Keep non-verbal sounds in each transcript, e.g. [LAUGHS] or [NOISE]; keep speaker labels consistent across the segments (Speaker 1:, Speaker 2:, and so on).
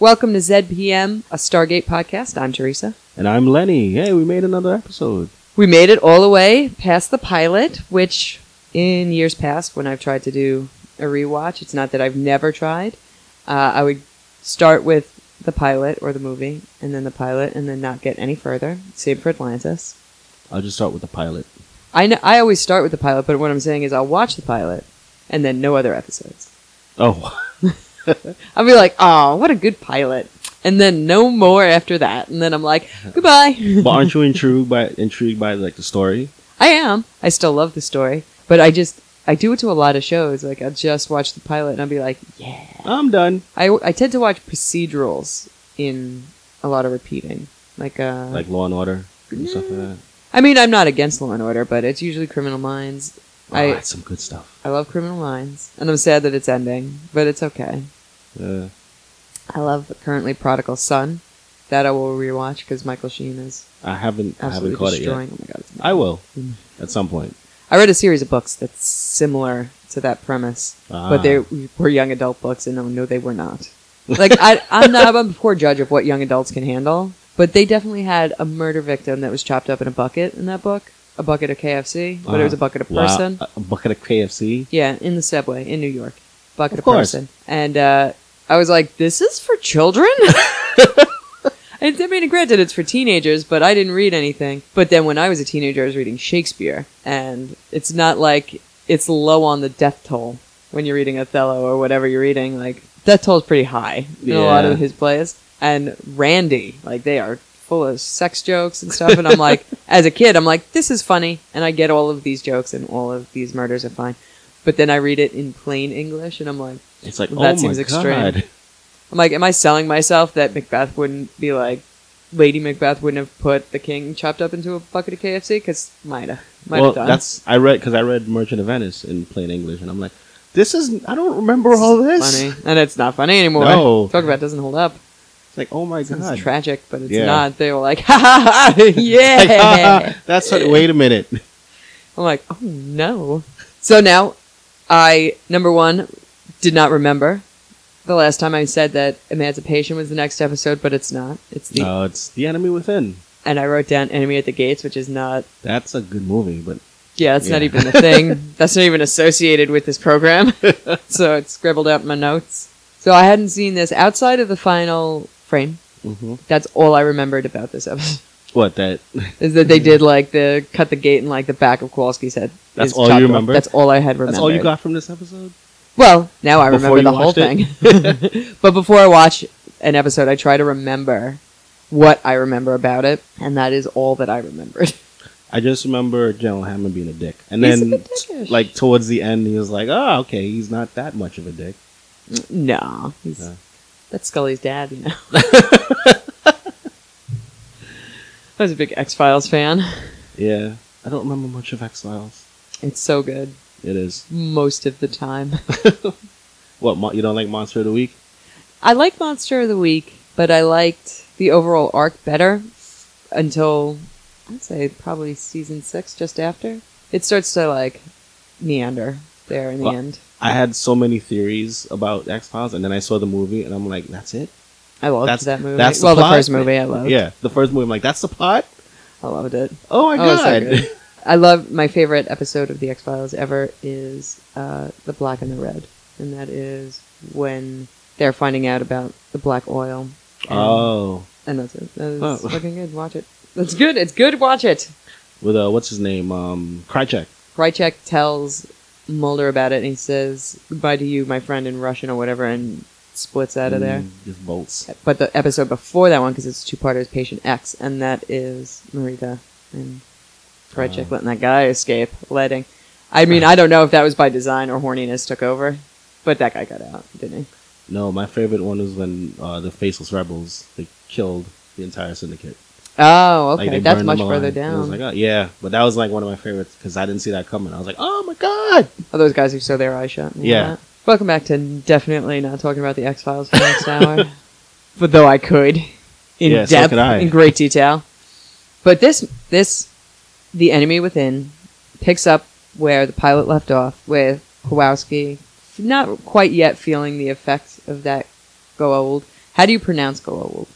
Speaker 1: Welcome to ZPM, a Stargate podcast. I'm Teresa.
Speaker 2: And I'm Lenny. Hey, we made another episode.
Speaker 1: We made it all the way past the pilot, which in years past, when I've tried to do a rewatch, it's not that I've never tried. Uh, I would start with the pilot or the movie, and then the pilot, and then not get any further. Same for Atlantis.
Speaker 2: I'll just start with the pilot.
Speaker 1: I, kn- I always start with the pilot, but what I'm saying is I'll watch the pilot, and then no other episodes.
Speaker 2: Oh, [LAUGHS]
Speaker 1: I'll be like, oh, what a good pilot. And then no more after that. And then I'm like, goodbye. [LAUGHS]
Speaker 2: but aren't you intrigued by intrigued by like the story?
Speaker 1: I am. I still love the story, but I just I do it to a lot of shows. Like I just watch the pilot and I'll be like, yeah.
Speaker 2: I'm done.
Speaker 1: I, I tend to watch procedurals in a lot of repeating. Like uh,
Speaker 2: Like Law and Order and stuff like that.
Speaker 1: I mean, I'm not against Law and Order, but it's usually Criminal Minds.
Speaker 2: Oh,
Speaker 1: I-
Speaker 2: that's some good stuff.
Speaker 1: I love Criminal Minds, and I'm sad that it's ending, but it's okay.
Speaker 2: Yeah.
Speaker 1: I love currently Prodigal Son. That I will rewatch because Michael Sheen is
Speaker 2: I haven't I haven't
Speaker 1: absolutely
Speaker 2: caught it yet.
Speaker 1: destroying. Oh my god! it's-
Speaker 2: I will
Speaker 1: Mm.
Speaker 2: at some point.
Speaker 1: I read a series of books that's similar to that premise.
Speaker 2: Ah.
Speaker 1: but they were young adult books, and no, no, they were not. Like I, I'm not I'm a poor judge of what young adults can handle, but they definitely had a murder victim that was chopped up in a bucket in that book, a bucket of KFC, but it was a
Speaker 2: Uh,
Speaker 1: bucket of
Speaker 2: wow.
Speaker 1: person.
Speaker 2: A- a bucket of KFC.
Speaker 1: Yeah, in the subway in New York, bucket
Speaker 2: Of
Speaker 1: of,
Speaker 2: course.
Speaker 1: person, and uh, I was like, "This is for
Speaker 2: [LAUGHS]
Speaker 1: children." And I mean, granted, it's for teenagers, but I didn't read anything. But then when I was a teenager, I was reading Shakespeare, and it's not like it's low on the death toll when you're reading Othello or whatever you're reading. Like death toll is pretty high in a lot
Speaker 2: Yeah.
Speaker 1: of his plays. And Randy, like they are full of sex jokes and stuff. And I'm
Speaker 2: [LAUGHS]
Speaker 1: like, as a kid, I'm like, this is funny, and I get all of these jokes and all of these murders are fine. But then I read it in plain English, and I'm like.
Speaker 2: It's like
Speaker 1: That
Speaker 2: oh
Speaker 1: seems
Speaker 2: my
Speaker 1: extreme.
Speaker 2: god.
Speaker 1: I'm like, am I selling myself that Macbeth wouldn't be like, Lady Macbeth wouldn't have put the king chopped up into a bucket of KFC? Because might have, might
Speaker 2: well,
Speaker 1: have done.
Speaker 2: that's I read because I read Merchant of Venice in plain English, and I'm like, this is I don't remember all this.
Speaker 1: funny, and it's not funny anymore.
Speaker 2: No.
Speaker 1: Talk about it doesn't hold up.
Speaker 2: It's like oh my
Speaker 1: It's
Speaker 2: god.
Speaker 1: tragic, but it's
Speaker 2: Yeah.
Speaker 1: not. They were like, ha ha [LAUGHS] ha, yeah.
Speaker 2: [LAUGHS] Like, [LAUGHS] ah, that's what, wait
Speaker 1: [LAUGHS]
Speaker 2: a minute.
Speaker 1: I'm like, oh no. So now, I number one did not remember the last time I said that Emancipation was the next episode, but it's not. It's the
Speaker 2: No, it's the enemy within.
Speaker 1: and I wrote down Enemy at the Gates, which is not
Speaker 2: That's a good movie, but
Speaker 1: Yeah, that's not
Speaker 2: Yeah.
Speaker 1: even a
Speaker 2: [LAUGHS]
Speaker 1: thing. that's not even associated with this program. so it's scribbled out in my notes. So I hadn't seen this outside of the final frame.
Speaker 2: mhm.
Speaker 1: That's all I remembered about this episode
Speaker 2: what that?
Speaker 1: is that
Speaker 2: Mm-hmm.
Speaker 1: they did like the cut the gate and like the back of Kowalski's head.
Speaker 2: That's
Speaker 1: is
Speaker 2: all you
Speaker 1: chopped off.
Speaker 2: remember?
Speaker 1: That's all I had remembered.
Speaker 2: That's all you got from this episode.
Speaker 1: Well, now I
Speaker 2: Before
Speaker 1: remember
Speaker 2: you
Speaker 1: the whole
Speaker 2: watched
Speaker 1: thing. [LAUGHS]
Speaker 2: it? [LAUGHS]
Speaker 1: but before I watch an episode, I try to remember what I remember about it, and that is all that I remembered. [LAUGHS]
Speaker 2: I just remember General Hammond being a dick, and
Speaker 1: He's a
Speaker 2: then
Speaker 1: bit dickish.
Speaker 2: like towards the end, he was like, "Oh, okay, he's not that much of a dick."
Speaker 1: no, he's,
Speaker 2: No.
Speaker 1: that's Scully's dad,
Speaker 2: [LAUGHS]
Speaker 1: you know. I was a big X Files fan.
Speaker 2: Yeah, I don't remember much of X Files.
Speaker 1: It's so good
Speaker 2: It is
Speaker 1: most of the time.
Speaker 2: what Mo- you don't like Monster of the Week.
Speaker 1: I like Monster of the Week, but I liked the overall arc better until I'd say probably season six, just after it starts to like meander there in the
Speaker 2: Well,
Speaker 1: end.
Speaker 2: I had so many theories about X Files, and then I saw the movie, and I'm like, "That's it."
Speaker 1: I loved
Speaker 2: That's
Speaker 1: that movie.
Speaker 2: That's the
Speaker 1: well,
Speaker 2: plot?
Speaker 1: the first movie I loved.
Speaker 2: Yeah, the first movie. I'm like, "That's the plot."
Speaker 1: I loved it.
Speaker 2: Oh my
Speaker 1: Oh,
Speaker 2: god!
Speaker 1: it's so good. I love my favorite episode of the X Files ever is uh, the black and the red, and that is when they're finding out about the black oil. And,
Speaker 2: [LAUGHS] oh,
Speaker 1: and that's it. That is
Speaker 2: Oh.
Speaker 1: fucking good. Watch it. That's good. It's good. Watch it.
Speaker 2: with uh, what's his name? Um, Krychek.
Speaker 1: Krychek tells Mulder about it, and he says goodbye to you, my friend, in Russian or whatever, and splits out of there.
Speaker 2: Mm, Just bolts.
Speaker 1: But the episode before that one, because it's two part, is Patient X, and that is Marita and Krychek
Speaker 2: Oh.
Speaker 1: letting that guy escape, letting. I mean, I don't know if that was by design or horniness took over, but that guy got out, didn't he?
Speaker 2: No, my favorite one was when uh, the Faceless Rebels they killed the entire syndicate.
Speaker 1: Oh,
Speaker 2: Like,
Speaker 1: okay,
Speaker 2: they
Speaker 1: that's
Speaker 2: burned
Speaker 1: much
Speaker 2: them
Speaker 1: further
Speaker 2: alive. And I was
Speaker 1: down.
Speaker 2: like, oh, yeah, but that was like one of my favorites because I didn't see that coming. I was like, oh my god!
Speaker 1: Oh, those guys who sew their eyes shut. and all
Speaker 2: Yeah.
Speaker 1: that. Welcome back to definitely not talking about the X Files for the
Speaker 2: [LAUGHS]
Speaker 1: next hour, but though I could in
Speaker 2: Yeah, so
Speaker 1: depth,
Speaker 2: could I.
Speaker 1: in great detail. But this, this, the enemy within, picks up where the pilot left off with Kowalski, not quite yet feeling the effects of that go old, How do you pronounce Goa'uld?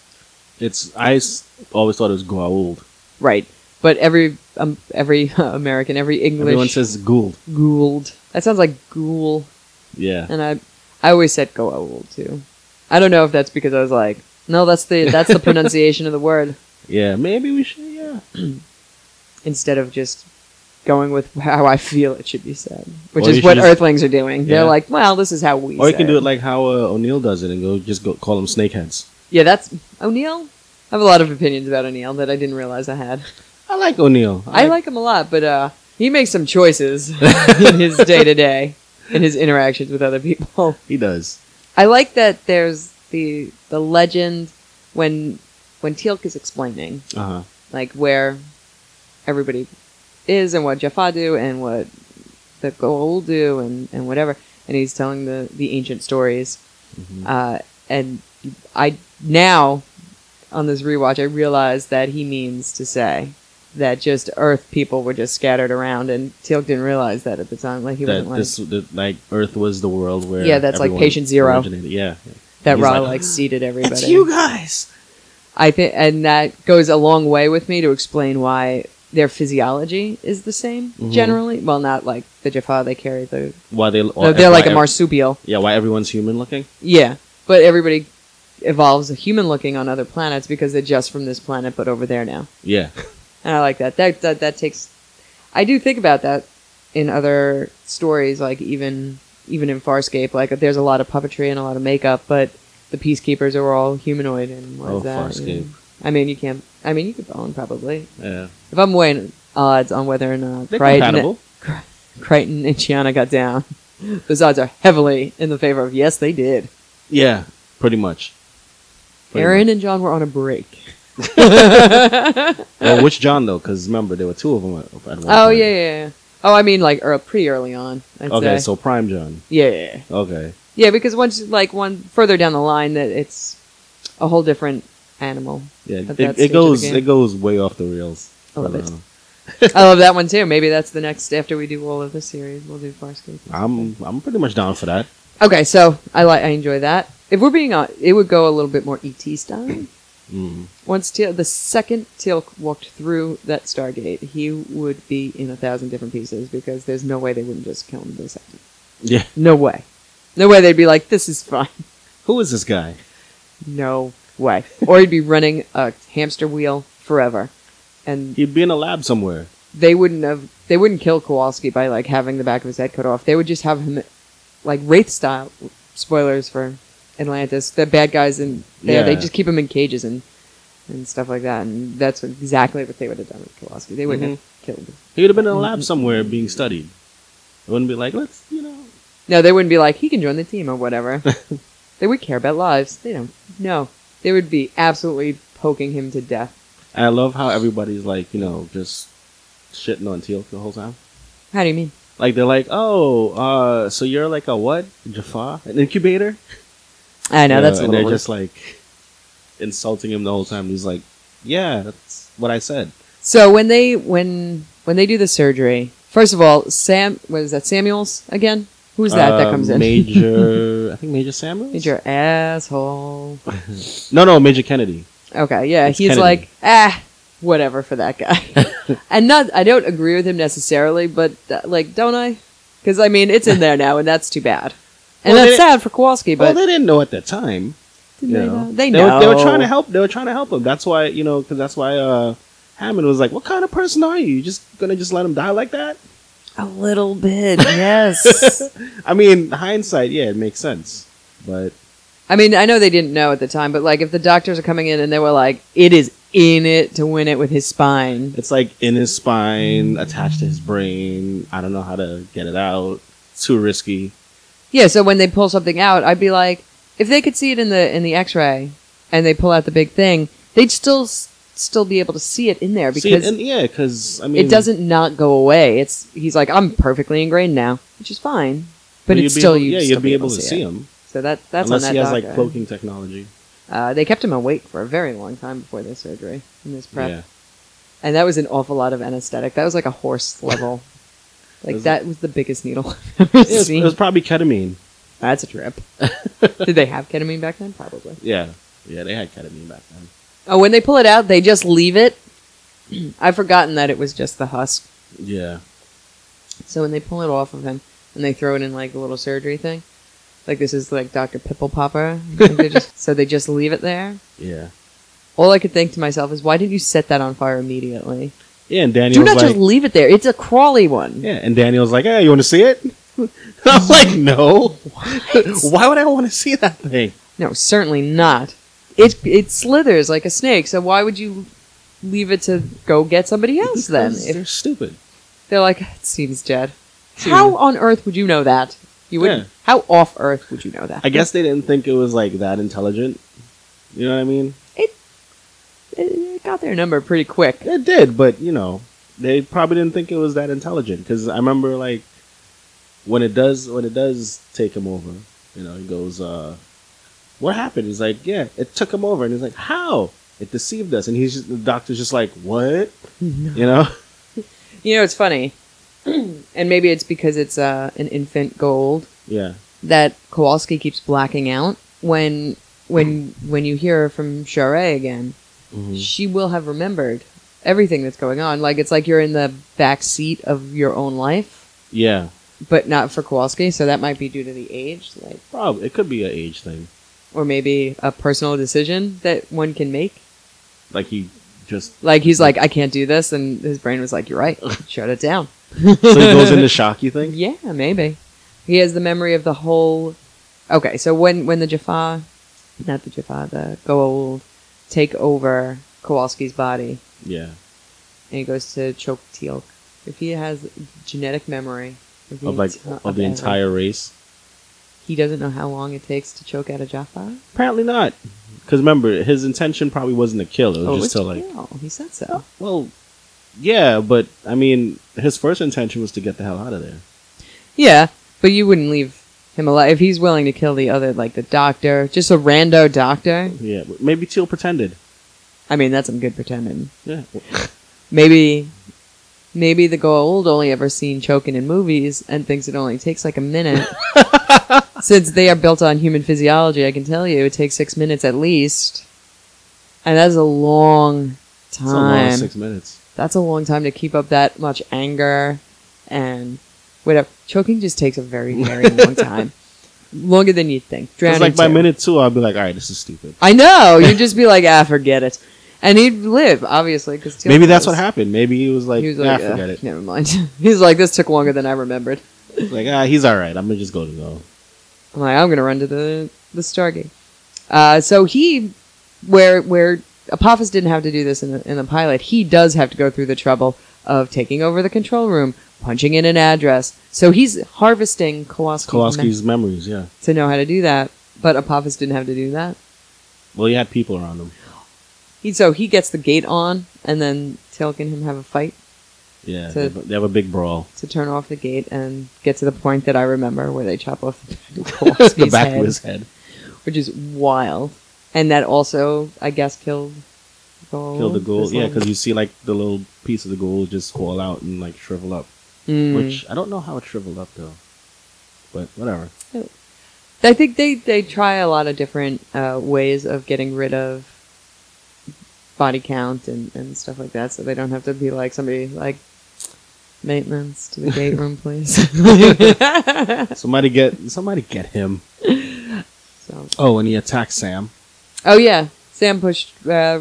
Speaker 2: It's I s- always thought it was Goa'uld.
Speaker 1: Right. But every um, every [LAUGHS] uh, American, every English
Speaker 2: Everyone says Gould.
Speaker 1: Gould. That sounds like ghoul.
Speaker 2: Yeah.
Speaker 1: And I I always said Goa'uld too. I don't know if that's because I was like, no, that's the that's the pronunciation of the word
Speaker 2: Yeah. Maybe we should. Yeah.
Speaker 1: instead of just going with how I feel it should be said, which
Speaker 2: Or
Speaker 1: is
Speaker 2: you should
Speaker 1: what
Speaker 2: just-
Speaker 1: Earthlings are doing.
Speaker 2: Yeah.
Speaker 1: They're like, well, this is how we.
Speaker 2: Or you
Speaker 1: say
Speaker 2: can do it like how uh, O'Neill does it and go just go call them snakeheads.
Speaker 1: Yeah, that's O'Neill. I have a lot of opinions about O'Neill that I didn't realize I had.
Speaker 2: I like O'Neill.
Speaker 1: I like him a lot, but uh, he makes some
Speaker 2: [LAUGHS]
Speaker 1: choices in his day to day and his interactions with other people.
Speaker 2: He does.
Speaker 1: I like that there's the the legend when when Teal'c is explaining
Speaker 2: Uh huh.
Speaker 1: like where everybody is and what Jaffa do and what the Goa'uld do and, and whatever. And he's telling the, the ancient stories.
Speaker 2: Mhm.
Speaker 1: Uh, and I now on this rewatch, I realize that he means to say that just Earth people were just scattered around, and Teal'c didn't realize that at the time. Like he
Speaker 2: That
Speaker 1: wasn't like
Speaker 2: this that, like Earth was the world where
Speaker 1: Yeah, that's like
Speaker 2: everyone
Speaker 1: patient zero.
Speaker 2: originated. Yeah.
Speaker 1: that.
Speaker 2: he's
Speaker 1: Ra
Speaker 2: like,
Speaker 1: like,
Speaker 2: [GASPS]
Speaker 1: seated everybody.
Speaker 2: guys.
Speaker 1: I think, and that goes a long way with me to explain why their physiology is the same
Speaker 2: Mhm.
Speaker 1: generally. Well, not like the Jaffa they carry the.
Speaker 2: Why they?
Speaker 1: they're they're like a
Speaker 2: why ev-
Speaker 1: marsupial.
Speaker 2: Yeah. Why everyone's human looking?
Speaker 1: Yeah, but everybody evolves a human looking on other planets because they're just from this planet, but over there now.
Speaker 2: Yeah.
Speaker 1: And I like that. That that that takes. I do think about that in other stories, like even even in Farscape. Like there's a lot of puppetry and a lot of makeup, but the peacekeepers are all humanoid and what is
Speaker 2: Oh,
Speaker 1: that?
Speaker 2: Farscape.
Speaker 1: I mean, you can't. I mean, you could bone probably.
Speaker 2: Yeah.
Speaker 1: If I'm weighing odds on whether or not
Speaker 2: They're
Speaker 1: Crichton,
Speaker 2: compatible.
Speaker 1: Crichton and Chiana got down, [LAUGHS] those odds are heavily in the favor of yes, they did.
Speaker 2: Yeah. Pretty much. Pretty
Speaker 1: Aaron and John were on a
Speaker 2: [LAUGHS]
Speaker 1: break.
Speaker 2: Well, which John though? Because remember, there were two of them at, at
Speaker 1: Oh
Speaker 2: one point.
Speaker 1: yeah, yeah, yeah. Oh, I mean like er, pretty early on. I'd
Speaker 2: Okay,
Speaker 1: say.
Speaker 2: so Prime John.
Speaker 1: yeah, yeah, yeah.
Speaker 2: Okay.
Speaker 1: yeah, because once like one further down the line, that it's a whole different animal.
Speaker 2: Yeah,
Speaker 1: At
Speaker 2: it,
Speaker 1: that stage of
Speaker 2: it
Speaker 1: the
Speaker 2: goes
Speaker 1: game.
Speaker 2: it goes way off the rails.
Speaker 1: I love
Speaker 2: But,
Speaker 1: it.
Speaker 2: uh,
Speaker 1: I love that one too. Maybe that's the next after we do all of this series, we'll do Farscape.
Speaker 2: I'm I'm pretty much down for that.
Speaker 1: Okay, so I like I enjoy that. If we're being honest, it would go a little bit more ET style. [CLEARS THROAT]
Speaker 2: Mm.
Speaker 1: Once Teal, the second Teal'c walked through that Stargate, he would be in a thousand different pieces because there's no way they wouldn't just kill him this second.
Speaker 2: Yeah.
Speaker 1: No way. No way they'd be like, this is fine. [LAUGHS]
Speaker 2: Who is this guy?
Speaker 1: No way. or he'd be running a hamster wheel forever. And
Speaker 2: He'd be in a lab somewhere.
Speaker 1: they wouldn't have, they wouldn't kill Kowalski by like having the back of his head cut off. They would just have him, like Wraith style, spoilers for Atlantis, the bad guys in there, they
Speaker 2: Yeah.
Speaker 1: just keep him in cages and, and stuff like that. And that's exactly what they would have done with Kowalski. They wouldn't
Speaker 2: Mm-hmm.
Speaker 1: have killed him.
Speaker 2: He would have been in a
Speaker 1: Mm-hmm.
Speaker 2: lab somewhere being studied. It wouldn't be like let's you know.
Speaker 1: No, they wouldn't be like, he can join the team or
Speaker 2: [LAUGHS]
Speaker 1: whatever. they would care about lives. They don't. No. They would be absolutely poking him to death.
Speaker 2: I love how everybody's like you know just shitting on Teal the whole time.
Speaker 1: How do you mean?
Speaker 2: Like they're like, oh, uh, so you're like a what? Jafar, an incubator?
Speaker 1: I know,
Speaker 2: You
Speaker 1: that's a
Speaker 2: and
Speaker 1: little
Speaker 2: they're
Speaker 1: rude.
Speaker 2: just like insulting him the whole time. He's like, yeah, that's what I said.
Speaker 1: So when they when when they do the surgery, first of all, Sam was that Samuels again? Who's that that
Speaker 2: Uh,
Speaker 1: comes in? [LAUGHS]
Speaker 2: Major, I think Major Samuels.
Speaker 1: Major asshole.
Speaker 2: No, no, Major Kennedy.
Speaker 1: Okay, yeah,
Speaker 2: It's
Speaker 1: he's
Speaker 2: Kennedy.
Speaker 1: like ah, whatever for that
Speaker 2: [LAUGHS]
Speaker 1: guy. and not I don't agree with him necessarily, but uh, like don't I? Because I mean it's in there now, and that's too bad. And
Speaker 2: Well,
Speaker 1: that's
Speaker 2: they-
Speaker 1: sad for Kowalski,
Speaker 2: well,
Speaker 1: but
Speaker 2: they didn't know at that time.
Speaker 1: didn't
Speaker 2: you
Speaker 1: they, know? they
Speaker 2: They
Speaker 1: know
Speaker 2: were, they were trying to help. They were trying to help him. That's why you know, because that's why uh, Hammond was like, "What kind of person are you? You just gonna just let him die like that?"
Speaker 1: a little bit. [LAUGHS] Yes.
Speaker 2: I mean, hindsight, yeah, it makes sense. But
Speaker 1: I mean, I know they didn't know at the time, but like if the doctors are coming in and they were like, it is in it to win it with his spine.
Speaker 2: it's like in his spine, attached to his brain. I don't know how to get it out. It's too risky.
Speaker 1: Yeah, so when they pull something out, I'd be like, if they could see it in the in the X-ray and they pull out the big thing, they'd still s- still be able to see it in there because
Speaker 2: See, and, yeah, because I mean,
Speaker 1: it doesn't not go away. It's he's like, I'm perfectly ingrained now, which is fine, but
Speaker 2: you'd
Speaker 1: it's
Speaker 2: be
Speaker 1: still
Speaker 2: able-
Speaker 1: you'd
Speaker 2: yeah,
Speaker 1: still
Speaker 2: you'd be able to see
Speaker 1: it.
Speaker 2: him
Speaker 1: So that that's on
Speaker 2: unless
Speaker 1: that
Speaker 2: he has
Speaker 1: doctor.
Speaker 2: like cloaking technology.
Speaker 1: Uh, they kept him awake for a very long time before their surgery in this prep.
Speaker 2: Yeah.
Speaker 1: And that was an awful lot of anesthetic. That was like a horse level.
Speaker 2: [LAUGHS]
Speaker 1: like
Speaker 2: Was it-
Speaker 1: that was the biggest needle [LAUGHS] I've ever
Speaker 2: It was,
Speaker 1: seen.
Speaker 2: it was probably ketamine. [LAUGHS]
Speaker 1: That's a trip. Did they have ketamine back then? Probably.
Speaker 2: Yeah, Yeah, they had ketamine back then.
Speaker 1: Oh, when they pull it out, they just leave it. [CLEARS THROAT] I've forgotten that it was just the husk.
Speaker 2: Yeah.
Speaker 1: So when they pull it off of him and they throw it in like a little surgery thing, like this is like Dr. Pimple Popper. [LAUGHS] Like, they just- so they just leave it there.
Speaker 2: Yeah.
Speaker 1: All I could think to myself is, why did you set that on fire immediately?
Speaker 2: Yeah, and Daniel
Speaker 1: Do
Speaker 2: was
Speaker 1: not
Speaker 2: like,
Speaker 1: just leave it there. It's a crawly one.
Speaker 2: yeah, and Daniel was like, hey, you want to see it? [LAUGHS] I was like, no. [LAUGHS] Why would I want to see that thing?
Speaker 1: No, certainly not. It it slithers like a snake. So why would you leave it to go get somebody else
Speaker 2: [LAUGHS]
Speaker 1: then?
Speaker 2: Because
Speaker 1: If
Speaker 2: they're stupid.
Speaker 1: they're like, it seems dead.
Speaker 2: Seems-
Speaker 1: How on earth would you know that? You would.
Speaker 2: Yeah.
Speaker 1: not How off earth would you know that?
Speaker 2: I guess they didn't think it was like that intelligent. You know what I mean?
Speaker 1: it it got their number pretty quick.
Speaker 2: It did, but you know, they probably didn't think it was that intelligent because I remember like when it does when it does take him over, you know, he goes, uh, "What happened?" He's like, "Yeah, it took him over," and he's like, "How?" It deceived us, and he's just, the doctor's just like, "What?" You know? [LAUGHS]
Speaker 1: You know, it's funny, [CLEARS THROAT] and maybe it's because it's uh, an infant gold
Speaker 2: Yeah,
Speaker 1: that Kowalski keeps blacking out when when when you hear from Charest again.
Speaker 2: Mhm.
Speaker 1: she will have remembered everything that's going on. Like it's like you're in the back seat of your own life,
Speaker 2: yeah.
Speaker 1: but not for Kowalski. So that might be due to the age, like,
Speaker 2: Probably it could be an age thing.
Speaker 1: or maybe a personal decision that one can make.
Speaker 2: Like he just
Speaker 1: Like he's like, I can't do this, and his brain was like, You're right, shut it down.
Speaker 2: so he
Speaker 1: [LAUGHS]
Speaker 2: goes into shock. You think?
Speaker 1: Yeah, maybe he has the memory of the whole. Okay, so when when the Jaffa, not the Jaffa, the Gold take over Kowalski's body,
Speaker 2: Yeah,
Speaker 1: and he goes to choke teal. If he has genetic memory of the,
Speaker 2: of like
Speaker 1: enti-
Speaker 2: of the
Speaker 1: everything,
Speaker 2: entire race.
Speaker 1: uh, he doesn't know how long it takes to choke out a Jaffa.
Speaker 2: Apparently not, because remember his intention probably wasn't to kill. It was
Speaker 1: Oh,
Speaker 2: just
Speaker 1: it's
Speaker 2: to like
Speaker 1: Teal. he said so.
Speaker 2: Well, yeah, but I mean, his first intention was to get the hell out of there.
Speaker 1: Yeah, but you wouldn't leave him alive if he's willing to kill the other, like the doctor, just a rando doctor.
Speaker 2: Yeah, but maybe Teal pretended.
Speaker 1: I mean, that's some good pretending.
Speaker 2: Yeah,
Speaker 1: Maybe, maybe the gold only ever seen choking in movies and thinks it only takes like a
Speaker 2: [LAUGHS]
Speaker 1: minute. Since they are built on human physiology, I can tell you it takes six minutes at least, and that's a long
Speaker 2: it's a long
Speaker 1: time.
Speaker 2: six minutes.
Speaker 1: that's a long time to keep up that much anger and whatever. Choking just takes a very, very
Speaker 2: [LAUGHS]
Speaker 1: long time. Longer than you'd think. Drowning.
Speaker 2: It's like by
Speaker 1: too.
Speaker 2: minute two, I'll be like, all right, this is stupid.
Speaker 1: I know. You'd just be like, ah, forget it. And he'd live, obviously. Cause
Speaker 2: Maybe that's what happened. Maybe he was like,
Speaker 1: he was
Speaker 2: nah,
Speaker 1: like, "Ugh,
Speaker 2: forget it.
Speaker 1: Never mind. [LAUGHS] He's like, this took longer than I remembered.
Speaker 2: Like, ah, he's all right. I'm gonna just go to go.
Speaker 1: I'm like, I'm gonna run to the the Stargate. Uh, so he, where where Apophis didn't have to do this in the in the pilot, he does have to go through the trouble of taking over the control room, punching in an address. So he's harvesting Kowalski
Speaker 2: Kowalski's memories. Yeah.
Speaker 1: to know how to do that, but Apophis didn't have to do that.
Speaker 2: Well, he had people around him.
Speaker 1: He so he gets the gate on, and then Till can him have a fight
Speaker 2: Yeah,
Speaker 1: So-
Speaker 2: they have, a- they have a big brawl.
Speaker 1: to turn off the gate and get to the point that I remember where they chop off [LAUGHS] the back of
Speaker 2: [LAUGHS] the
Speaker 1: Kowalski's
Speaker 2: back
Speaker 1: head.
Speaker 2: of his head
Speaker 1: which is wild. And that also, I guess, killed the gold.
Speaker 2: killed the gold.
Speaker 1: this
Speaker 2: Yeah,
Speaker 1: little-
Speaker 2: because you see like the little piece of the gold just fall out and like shrivel up.
Speaker 1: Mm.
Speaker 2: Which I don't know how it shriveled up though. But whatever.
Speaker 1: I think they, they try a lot of different uh, ways of getting rid of body count and, and stuff like that, so they don't have to be like somebody like maintenance to the
Speaker 2: [LAUGHS]
Speaker 1: gate room, please.
Speaker 2: Somebody get somebody get him.
Speaker 1: so,
Speaker 2: Oh, and he attacks Sam.
Speaker 1: oh yeah, Sam pushed uh,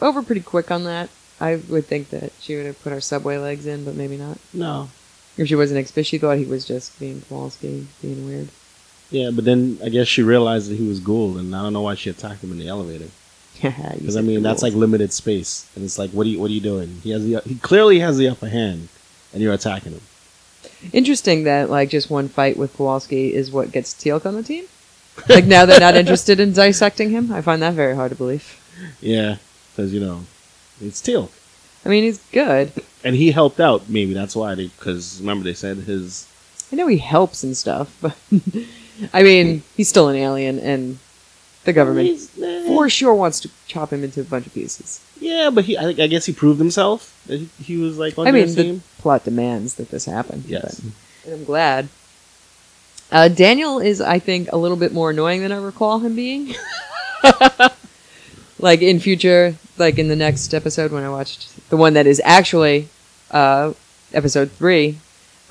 Speaker 1: over pretty quick on that. I would think that she would have put her subway legs in, but maybe not.
Speaker 2: No.
Speaker 1: If she wasn't ex, she thought he was just being Kowalski, being weird.
Speaker 2: Yeah, but then I guess she realized that he was Gould, and I don't know why she attacked him in the elevator. Because I mean, that's like limited space, and it's like, what are you, what are you doing? He has the, he clearly has the upper hand, and you're attacking him.
Speaker 1: interesting that like just one fight with Kowalski is what gets Teal'c on the team. [LAUGHS] Like now they're not interested in dissecting him. I find that very hard to believe.
Speaker 2: Yeah, because you know, it's Teal,
Speaker 1: I mean, he's good.
Speaker 2: and he helped out. Maybe that's why they. Because remember they said his.
Speaker 1: I know he helps and stuff, [LAUGHS] but I mean, he's still an alien, and the government
Speaker 2: He's, eh,
Speaker 1: for sure wants to chop him into a bunch of pieces.
Speaker 2: Yeah, but he. I, think- I guess he proved himself. that He, he was like on
Speaker 1: I
Speaker 2: their
Speaker 1: mean, the
Speaker 2: team.
Speaker 1: plot demands that this happen.
Speaker 2: yes.
Speaker 1: but- and I'm glad. Uh, Daniel is, I think, a little bit more annoying than I recall him being. [LAUGHS] like in future, like in the next episode when I watched the one that is actually uh, episode three,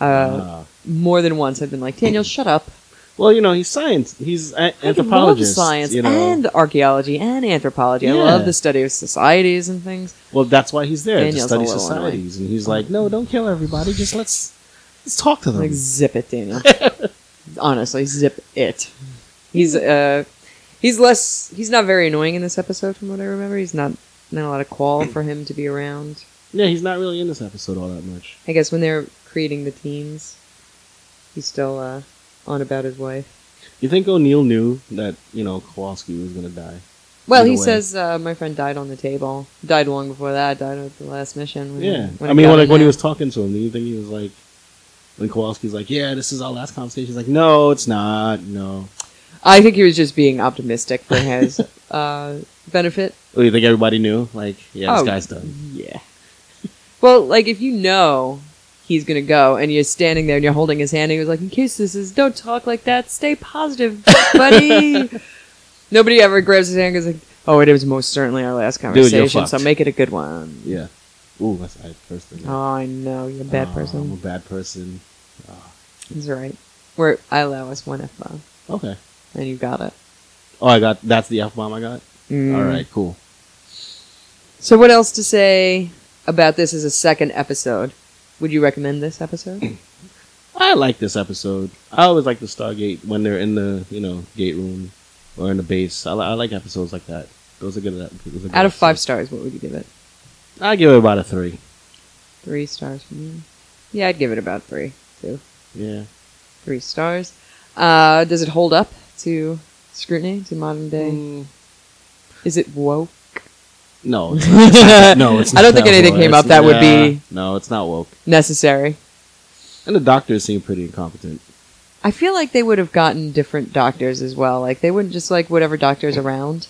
Speaker 1: uh,
Speaker 2: Ah.
Speaker 1: more than once I've been like, Daniel, shut up.
Speaker 2: well, you know, he's science. He's a-
Speaker 1: I love
Speaker 2: anthropologist.
Speaker 1: science
Speaker 2: you know.
Speaker 1: and archaeology and anthropology. I
Speaker 2: Yeah.
Speaker 1: love the study of societies and things.
Speaker 2: Well, that's why he's there
Speaker 1: Daniel's
Speaker 2: to study
Speaker 1: a little
Speaker 2: societies, and he's like, "No, don't kill everybody. Just let's let's talk to them."
Speaker 1: Like zip it, Daniel. [LAUGHS] Honestly, zip it. He's uh, he's less. He's not very annoying in this episode, from what I remember. He's not not a lot of
Speaker 2: [CLEARS THROAT]
Speaker 1: qual for him to be around.
Speaker 2: Yeah, he's not really in this episode all that much.
Speaker 1: I guess when they're creating the teams, he's still uh, on about his wife.
Speaker 2: You think O'Neill knew that you know Kowalski was gonna die?
Speaker 1: Well,
Speaker 2: Either
Speaker 1: he
Speaker 2: way.
Speaker 1: says uh, my friend died on the table. Died long before that. Died at the last mission. when-
Speaker 2: Yeah,
Speaker 1: when
Speaker 2: I
Speaker 1: it
Speaker 2: mean,
Speaker 1: got him
Speaker 2: when, like when he
Speaker 1: there.
Speaker 2: was talking to him, do you think he was like, when Kowalski's like, "Yeah, this is our last conversation." He's like, "No, it's not. No."
Speaker 1: I think he was just being optimistic for
Speaker 2: [LAUGHS]
Speaker 1: his uh, benefit.
Speaker 2: Oh, you think everybody knew? Like, yeah, this
Speaker 1: Oh.
Speaker 2: guy's done.
Speaker 1: Yeah. [LAUGHS] Well, like if you know he's gonna go and you're standing there and you're holding his hand and he was like, In case this is don't talk like that, stay positive, [LAUGHS] buddy. Nobody ever grabs his hand and goes like, Oh, it was most certainly our last
Speaker 2: you're
Speaker 1: conversation, so
Speaker 2: fucked.
Speaker 1: make it a good one.
Speaker 2: Yeah. Ooh, that's I first thing.
Speaker 1: Oh, I know, you're a bad
Speaker 2: Oh, I'm a
Speaker 1: person.
Speaker 2: bad person.
Speaker 1: He's right. Where I allow us one F bomb.
Speaker 2: Okay.
Speaker 1: And you got it.
Speaker 2: Oh, I got that's the f bomb I got.
Speaker 1: Mm.
Speaker 2: All right, cool.
Speaker 1: So what else to say about this as a second episode? Would you recommend this episode?
Speaker 2: [LAUGHS] I like this episode. I always like the Stargate when they're in the you know gate room or in the base. I, li- I like episodes like that. Those are good. uh, Those are good
Speaker 1: Out of five
Speaker 2: episodes.
Speaker 1: stars, what would you give it?
Speaker 2: I give it about a three.
Speaker 1: Three stars for me. Yeah, I'd give it about three, two,
Speaker 2: Yeah,
Speaker 1: three stars. Uh, does it hold up to scrutiny to modern day? Is it woke? [LAUGHS]
Speaker 2: Mm, no, it's not- it's not- no. It's
Speaker 1: I don't think
Speaker 2: not
Speaker 1: anything
Speaker 2: woke.
Speaker 1: came
Speaker 2: It's-
Speaker 1: up that would be-
Speaker 2: yeah, no. It's not woke.
Speaker 1: Necessary.
Speaker 2: And the doctors seem pretty incompetent. [LAUGHS]
Speaker 1: I feel like they would have gotten different doctors as well. Like they wouldn't just like whatever doctor's around.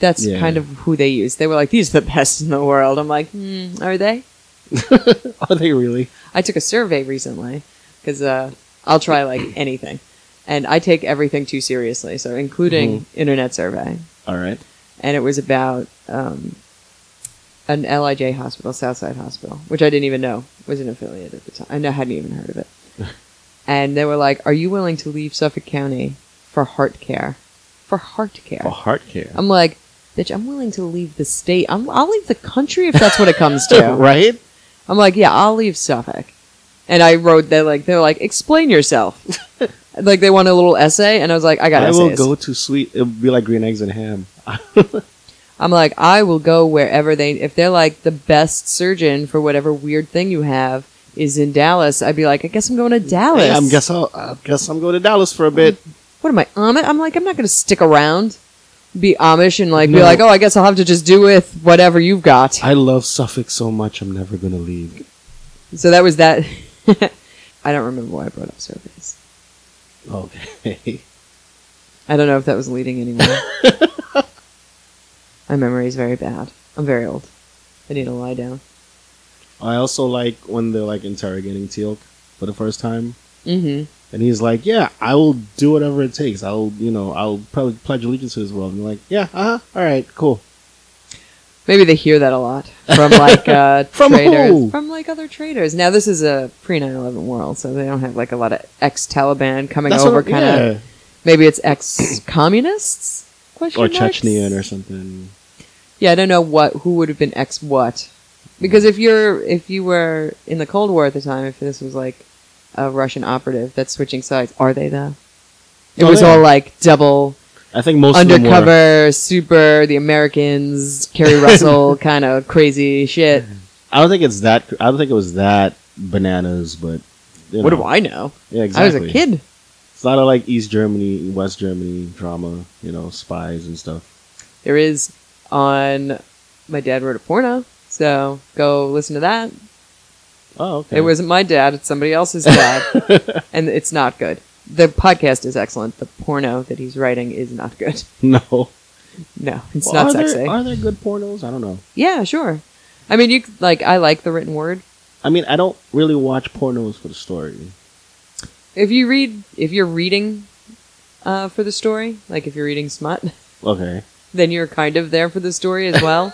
Speaker 1: That's
Speaker 2: Yeah.
Speaker 1: kind of who they use. They were like, these are the best in the world. I'm like, hmm, are they?
Speaker 2: Are they really?
Speaker 1: I took a survey recently because uh, I'll try like anything, and I take everything too seriously. So including internet survey.
Speaker 2: All right.
Speaker 1: and it was about um, an Lij hospital, Southside Hospital, which I didn't even know was an affiliate at the time. I kn- hadn't even heard of
Speaker 2: [LAUGHS]
Speaker 1: it. and they were like, "Are you willing to leave Suffolk County for heart care? For heart care?"
Speaker 2: For heart care,
Speaker 1: I'm like, "Bitch, I'm willing to leave the state. I'm, I'll leave the country if that's what it comes to."
Speaker 2: [LAUGHS] right?
Speaker 1: I'm like, "Yeah, I'll leave Suffolk." And I wrote that like they're like, "Explain
Speaker 2: [LAUGHS]
Speaker 1: yourself." like they want a little essay, and I was like, "I got
Speaker 2: I
Speaker 1: essays."
Speaker 2: will go to sweet. It'll be like green eggs and ham.
Speaker 1: I'm like, I will go wherever they. If they're like the best surgeon for whatever weird thing you have is in Dallas, I'd be like, I guess I'm going to Dallas.
Speaker 2: Hey, I'm guess I'll, I guess I'm going to Dallas for a bit.
Speaker 1: What am I Amish? I'm like, I'm not going to stick around, be Amish, and like be
Speaker 2: No.
Speaker 1: like, oh, I guess I'll have to just do with whatever you've got.
Speaker 2: I love Suffolk so much. I'm never gonna leave.
Speaker 1: so that was that. [LAUGHS] I don't remember why I brought up surveys.
Speaker 2: Okay. [LAUGHS]
Speaker 1: I don't know if that was leading anywhere. My memory is very bad. I'm very old. I need to lie down.
Speaker 2: I also like when they're like interrogating Teal'c for the first time,
Speaker 1: Mm-hmm.
Speaker 2: and he's like, "Yeah, I will do whatever it takes. I'll, you know, I'll probably pledge allegiance to this world." And you're like, "Yeah, uh huh, all right, cool."
Speaker 1: Maybe they hear that a lot from like uh,
Speaker 2: [LAUGHS] From
Speaker 1: traders,
Speaker 2: who?
Speaker 1: from like other traders. Now this is a pre 9-11 world, so they don't have like a lot of ex Taliban coming
Speaker 2: That's what
Speaker 1: over.
Speaker 2: I'm-
Speaker 1: Kind of maybe it's ex communists question
Speaker 2: or
Speaker 1: marks?
Speaker 2: Chechenian or something.
Speaker 1: yeah. I don't know what who would have been ex what because if you're if you were in the Cold War at the time, if this was like a Russian operative that's switching sides, are they though? It
Speaker 2: Oh,
Speaker 1: was
Speaker 2: they
Speaker 1: all
Speaker 2: are.
Speaker 1: like double
Speaker 2: I think most Of them were,
Speaker 1: undercover, super the Americans,
Speaker 2: [LAUGHS]
Speaker 1: Kerry Russell kind of crazy shit.
Speaker 2: I don't think it's that. I don't think it was that bananas, but you
Speaker 1: What
Speaker 2: know.
Speaker 1: do I know?
Speaker 2: Yeah, exactly.
Speaker 1: I was a kid.
Speaker 2: It's not like East Germany, West Germany drama. You know, spies and stuff.
Speaker 1: There is on my dad wrote a porno, so go listen to that.
Speaker 2: Oh, okay.
Speaker 1: It wasn't my dad; it's somebody else's dad, and it's not good. The podcast is excellent. The porno that he's writing is not good.
Speaker 2: [LAUGHS]
Speaker 1: [LAUGHS]
Speaker 2: no.
Speaker 1: No, it's
Speaker 2: Well,
Speaker 1: not
Speaker 2: are
Speaker 1: sexy.
Speaker 2: There, are there good pornos? I don't know.
Speaker 1: yeah, sure. I mean, you c- like I like the written word.
Speaker 2: I mean, I don't really watch pornos for the story.
Speaker 1: If you read, if you're reading uh, for the story, like if you're reading smut,
Speaker 2: Okay.
Speaker 1: then you're kind of there for the story as well.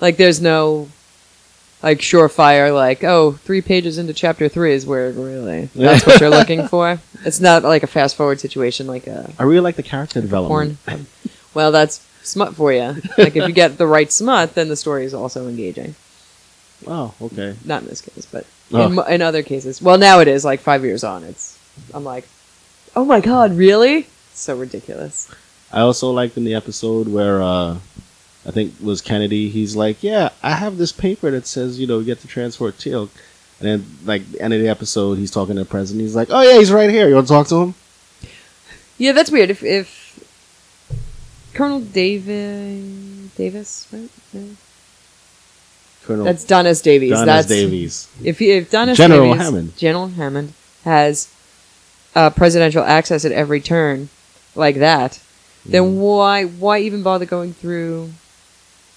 Speaker 1: like there's no like surefire like oh three pages into chapter three is where it really that's what you're looking for. It's not like a fast forward situation like a
Speaker 2: I really like the character development.
Speaker 1: porn. well, that's smut for you. Like if you get the right smut, then the story is also engaging.
Speaker 2: Oh, okay.
Speaker 1: Not in this case, but
Speaker 2: Oh.
Speaker 1: in, mo- in other cases. Well, now it is like five years on. It's I'm like, oh my god, really? So ridiculous.
Speaker 2: I also liked in the episode where uh I think it was Kennedy. He's like, "Yeah, I have this paper that says you know you get to transfer a teal." And then like the end of the episode, he's talking to the president. He's like, "Oh yeah, he's right here. You want to talk to him?"
Speaker 1: Yeah, that's weird. If, if Colonel David Davis, right? No.
Speaker 2: Colonel
Speaker 1: That's Donis Davies.
Speaker 2: Don S.
Speaker 1: that's
Speaker 2: Davies.
Speaker 1: if he- if Donis
Speaker 2: General
Speaker 1: Davies,
Speaker 2: Hammond.
Speaker 1: General Hammond has uh, presidential access at every turn, like that,
Speaker 2: Mm-hmm.
Speaker 1: then why why even bother going through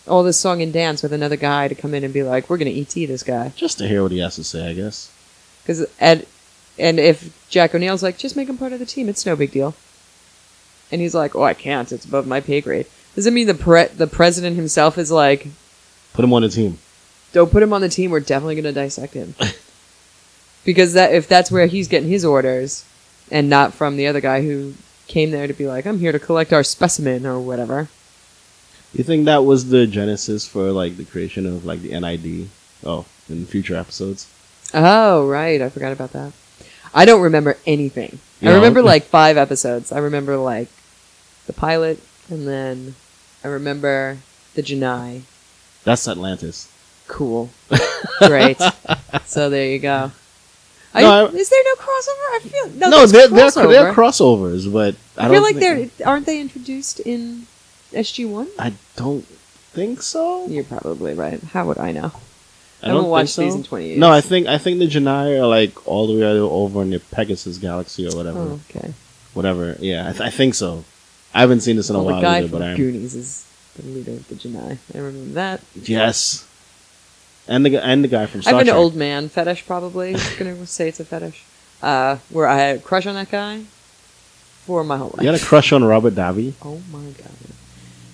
Speaker 1: all this song and dance with another guy to come in and be like, we're gonna ET this guy?
Speaker 2: Just to hear what he has to say, I guess.
Speaker 1: Because and and if Jack O'Neill's like, just make him part of the team. It's no big deal. And he's like, oh, I can't. It's above my pay grade. Does it mean the pre- the president himself is like,
Speaker 2: Put him on the team.
Speaker 1: don't put him on the team. We're definitely going to dissect him. because that if that's where he's getting his orders, and not from the other guy who came there to be like, I'm here to collect our specimen or whatever.
Speaker 2: You think that was the genesis for like the creation of like the NID? Oh, in future episodes.
Speaker 1: Oh right, I forgot about that. I don't remember anything. I
Speaker 2: No. [LAUGHS]
Speaker 1: remember like five episodes. I remember like the pilot, and then I remember the Janai.
Speaker 2: That's Atlantis.
Speaker 1: Cool,
Speaker 2: [LAUGHS]
Speaker 1: great. So there you go. I,
Speaker 2: No, I-
Speaker 1: is there no crossover? I feel no.
Speaker 2: No,
Speaker 1: there's
Speaker 2: they're, they're
Speaker 1: crossover.
Speaker 2: they're crossovers, but I,
Speaker 1: I,
Speaker 2: don't
Speaker 1: feel like
Speaker 2: think,
Speaker 1: they're aren't they introduced in SG One?
Speaker 2: I don't think so.
Speaker 1: You're probably right. How would I know? I
Speaker 2: I don't
Speaker 1: haven't
Speaker 2: think
Speaker 1: watched
Speaker 2: so.
Speaker 1: these in 20 years.
Speaker 2: No, I think I think the Janai are like all the way over in the Pegasus galaxy or whatever.
Speaker 1: Oh, okay.
Speaker 2: Whatever. Yeah, I, th- I think so. I haven't seen this in a
Speaker 1: Well, Oh, the
Speaker 2: while
Speaker 1: guy
Speaker 2: either,
Speaker 1: from
Speaker 2: but I am.
Speaker 1: Goonies is the leader of the Janai. I remember that.
Speaker 2: Yes. And the gu- and the guy from Star
Speaker 1: I've an
Speaker 2: Trek.
Speaker 1: old man fetish, probably. gonna say it's a fetish. Uh, where I had a crush on that guy for my whole life.
Speaker 2: You had a crush on Robert Davi?
Speaker 1: oh my god.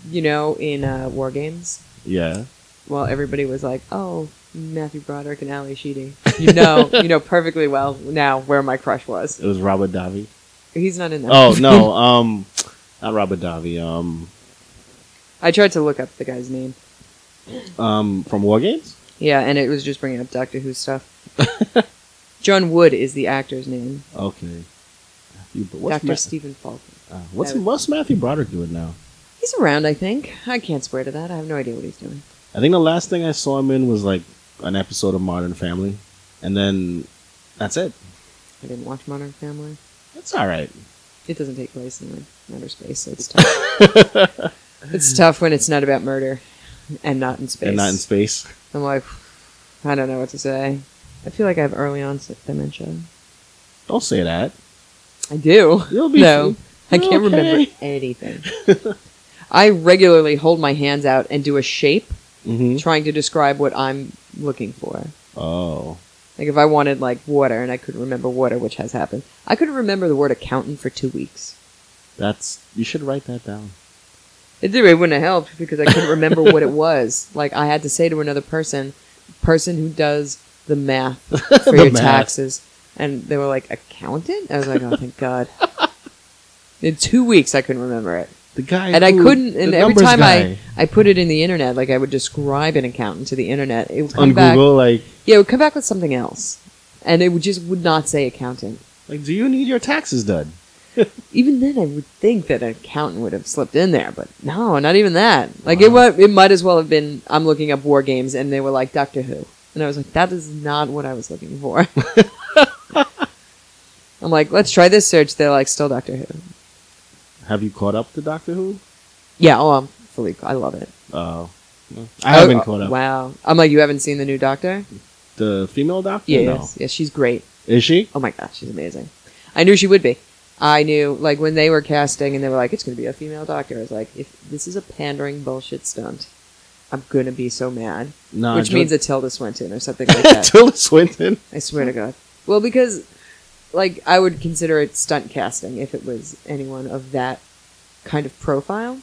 Speaker 1: You know, in uh, War Games,
Speaker 2: Yeah.
Speaker 1: well, everybody was like, "Oh, Matthew Broderick and Ali Sheedy." You know,
Speaker 2: [LAUGHS]
Speaker 1: you know perfectly well now where my crush was.
Speaker 2: It was Robert Davi.
Speaker 1: He's not in that.
Speaker 2: Oh
Speaker 1: [LAUGHS]
Speaker 2: no, um not Robert Davi, um
Speaker 1: I tried to look up the guy's name.
Speaker 2: um from War Games?
Speaker 1: Yeah, and it was just bringing up Doctor Who
Speaker 2: [LAUGHS]
Speaker 1: stuff. John Wood is the actor's name.
Speaker 2: Okay. Matthew- but What's,
Speaker 1: Doctor
Speaker 2: Ma-
Speaker 1: Stephen Falcon.
Speaker 2: uh, what's, what's Matthew Broderick doing now?
Speaker 1: He's around, I think. I can't swear to that. I have no idea what he's doing.
Speaker 2: I think the last thing I saw him in was like an episode of Modern Family, and then that's it.
Speaker 1: I didn't watch Modern Family.
Speaker 2: That's all right.
Speaker 1: It doesn't take place in like, outer space, so
Speaker 2: [LAUGHS]
Speaker 1: it's tough. it's tough when it's not about murder and not in space.
Speaker 2: And not in space.
Speaker 1: I'm like, I don't know what to say. I feel like I have early onset dementia.
Speaker 2: Don't say that.
Speaker 1: I
Speaker 2: [LAUGHS]
Speaker 1: do.
Speaker 2: You'll be
Speaker 1: no,
Speaker 2: fine.
Speaker 1: I can't
Speaker 2: You're
Speaker 1: remember
Speaker 2: okay.
Speaker 1: anything. I regularly hold my hands out and do a shape,
Speaker 2: Mm-hmm.
Speaker 1: trying to describe what I'm looking for.
Speaker 2: Oh,
Speaker 1: Like if I wanted like water and I couldn't remember water, which has happened. I couldn't remember the word accountant for two weeks.
Speaker 2: that's you should write that down.
Speaker 1: It, did- it wouldn't have helped because I
Speaker 2: [LAUGHS]
Speaker 1: couldn't remember what it was. Like I had to say to another person, person who does the
Speaker 2: [LAUGHS]
Speaker 1: math for
Speaker 2: The
Speaker 1: your
Speaker 2: math.
Speaker 1: taxes, and they were like accountant. I was like, oh thank God. In two weeks, I couldn't remember it,
Speaker 2: The guy
Speaker 1: and I
Speaker 2: who-
Speaker 1: couldn't. And
Speaker 2: the
Speaker 1: every
Speaker 2: numbers
Speaker 1: time
Speaker 2: guy
Speaker 1: I I put it in the internet, like I would describe an accountant to the internet, it would come
Speaker 2: on
Speaker 1: back.
Speaker 2: Google, like,
Speaker 1: Yeah, it would come back with something else, and it would just would not say accountant.
Speaker 2: like, do you need your taxes done?
Speaker 1: even then I would think that an accountant would have slipped in there, but no, not even that. Like it wa it might as well have been I'm looking up war games and they were like Doctor Who. And I was like, that is not what I was looking for. [LAUGHS] I'm like, let's try this search. They're like, still Doctor Who.
Speaker 2: Have you caught up to Doctor Who?
Speaker 1: Yeah, oh, I'm fully. I love it.
Speaker 2: Oh, No. I haven't
Speaker 1: Oh,
Speaker 2: caught up.
Speaker 1: Wow. I'm like, you haven't seen the new Doctor?
Speaker 2: The female doctor?
Speaker 1: Yes,
Speaker 2: No.
Speaker 1: yes, she's great.
Speaker 2: Is she?
Speaker 1: Oh my gosh, she's amazing. I knew she would be. I knew, like, when they were casting and they were like, it's going to be a female doctor. I was like, if this is a pandering bullshit stunt, I'm going to be so mad.
Speaker 2: No.
Speaker 1: Which
Speaker 2: Jill-
Speaker 1: means a Tilda Swinton or something
Speaker 2: [LAUGHS]
Speaker 1: like that.
Speaker 2: Tilda Swinton.
Speaker 1: I swear to God. Well, because, like, I would consider it stunt casting if it was anyone of that kind of profile.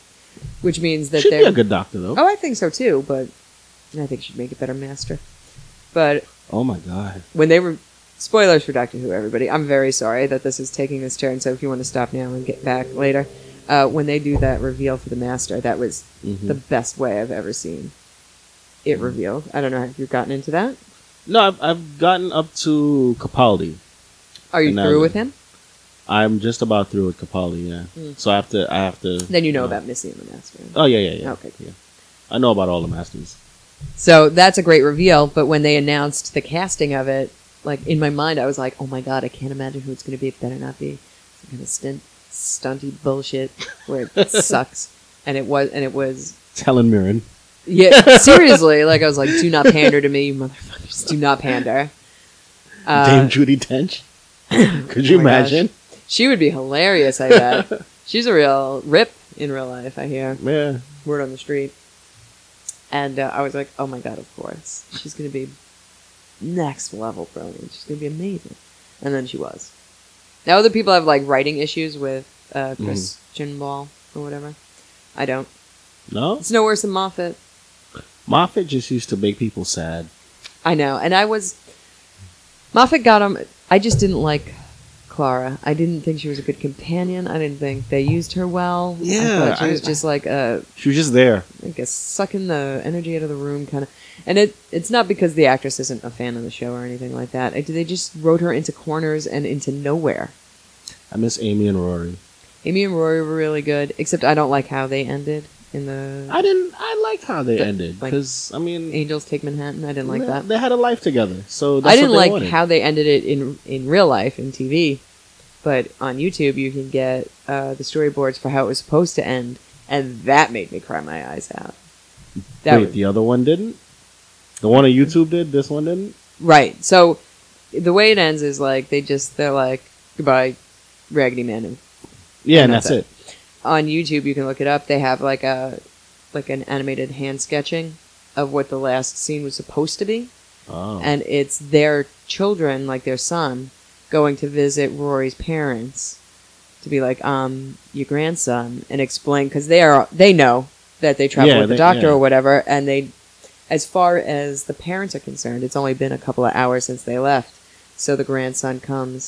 Speaker 1: which means that
Speaker 2: She'd be
Speaker 1: they're.
Speaker 2: a good doctor though. Oh,
Speaker 1: oh, I think so too, but and I think she'd make a better master. But
Speaker 2: Oh my god.
Speaker 1: when they were spoilers for Doctor Who, everybody. I'm very sorry that this is taking this turn. So if you want to stop now and get back later, uh, when they do that reveal for the Master, that was
Speaker 2: Mhm.
Speaker 1: the best way I've ever seen
Speaker 2: Hmm.
Speaker 1: it revealed. I don't know. Have you gotten into that?
Speaker 2: No, I've, I've gotten up to Capaldi.
Speaker 1: Are you
Speaker 2: No,
Speaker 1: through
Speaker 2: no.
Speaker 1: with him?
Speaker 2: I'm just about through with Capaldi. Yeah.
Speaker 1: Mm.
Speaker 2: So I have to. I have to.
Speaker 1: Then you know
Speaker 2: uh,
Speaker 1: about Oh. Missy and the Master.
Speaker 2: Oh yeah, yeah, yeah.
Speaker 1: Okay.
Speaker 2: Yeah. I know about all the masters.
Speaker 1: So that's a great reveal. But when they announced the casting of it, like in my mind, I was like, "Oh my god, I can't imagine who it's going to be. It better not be some kind of stint, stunty bullshit where
Speaker 2: [LAUGHS]
Speaker 1: it sucks." And it was, and it was
Speaker 2: Helen Mirren.
Speaker 1: Yeah, seriously. Like I was like, do not pander to me, you motherfuckers. Do not pander.
Speaker 2: Dame
Speaker 1: Uh, [LAUGHS]
Speaker 2: Judy Dench. Could you
Speaker 1: oh my gosh.
Speaker 2: imagine?
Speaker 1: she would be hilarious. I bet she's a real rip in real life. I hear
Speaker 2: Yeah.
Speaker 1: word on the street, and uh, I was like, oh my god, of course she's gonna be next level brilliant. She's gonna be amazing, and then she was. Now other people have like writing issues with uh, Christian Ball or whatever. I don't.
Speaker 2: No.
Speaker 1: It's no worse than Moffat.
Speaker 2: Moffat just used to make people sad.
Speaker 1: I know, and I was Moffat got him. I just didn't like Clara. I didn't think she was a good companion. I didn't think they used her well. I
Speaker 2: Yeah,
Speaker 1: thought she
Speaker 2: I-
Speaker 1: was just like a
Speaker 2: She was just there.
Speaker 1: like a sucking the energy out of the room kind of. And it it's not because the actress isn't a fan of the show or anything like that. I, they just wrote her into corners and into nowhere.
Speaker 2: I miss Amy and Rory.
Speaker 1: Amy and Rory were really good, except I don't like how they ended in the
Speaker 2: I didn't. I liked how they
Speaker 1: The-
Speaker 2: ended
Speaker 1: like-
Speaker 2: because I mean,
Speaker 1: Angels Take Manhattan. I didn't like
Speaker 2: they,
Speaker 1: that.
Speaker 2: they had a life together. So that's
Speaker 1: I didn't
Speaker 2: what they
Speaker 1: like
Speaker 2: wanted.
Speaker 1: how they ended it in in real life in TV, but on YouTube you can get uh, the storyboards for how it was supposed to end, and that made me cry my eyes out. That
Speaker 2: Wait,
Speaker 1: was-
Speaker 2: the other one didn't. The one on YouTube did. This one didn't.
Speaker 1: right. So the way it ends is like they just they're like goodbye, Raggedy Man. And
Speaker 2: Yeah, and
Speaker 1: that's
Speaker 2: that's, it.
Speaker 1: on YouTube you can look it up. They have like a like an animated hand sketching of what the last scene was supposed to be.
Speaker 2: Oh,
Speaker 1: and it's their children, like their son, going to visit Rory's parents to be like, um, your grandson, and explain because they are they know that they travel
Speaker 2: Yeah,
Speaker 1: with the
Speaker 2: they-
Speaker 1: doctor
Speaker 2: yeah.
Speaker 1: or whatever, and they, as far as the parents are concerned, it's only been a couple of hours since they left, so the grandson comes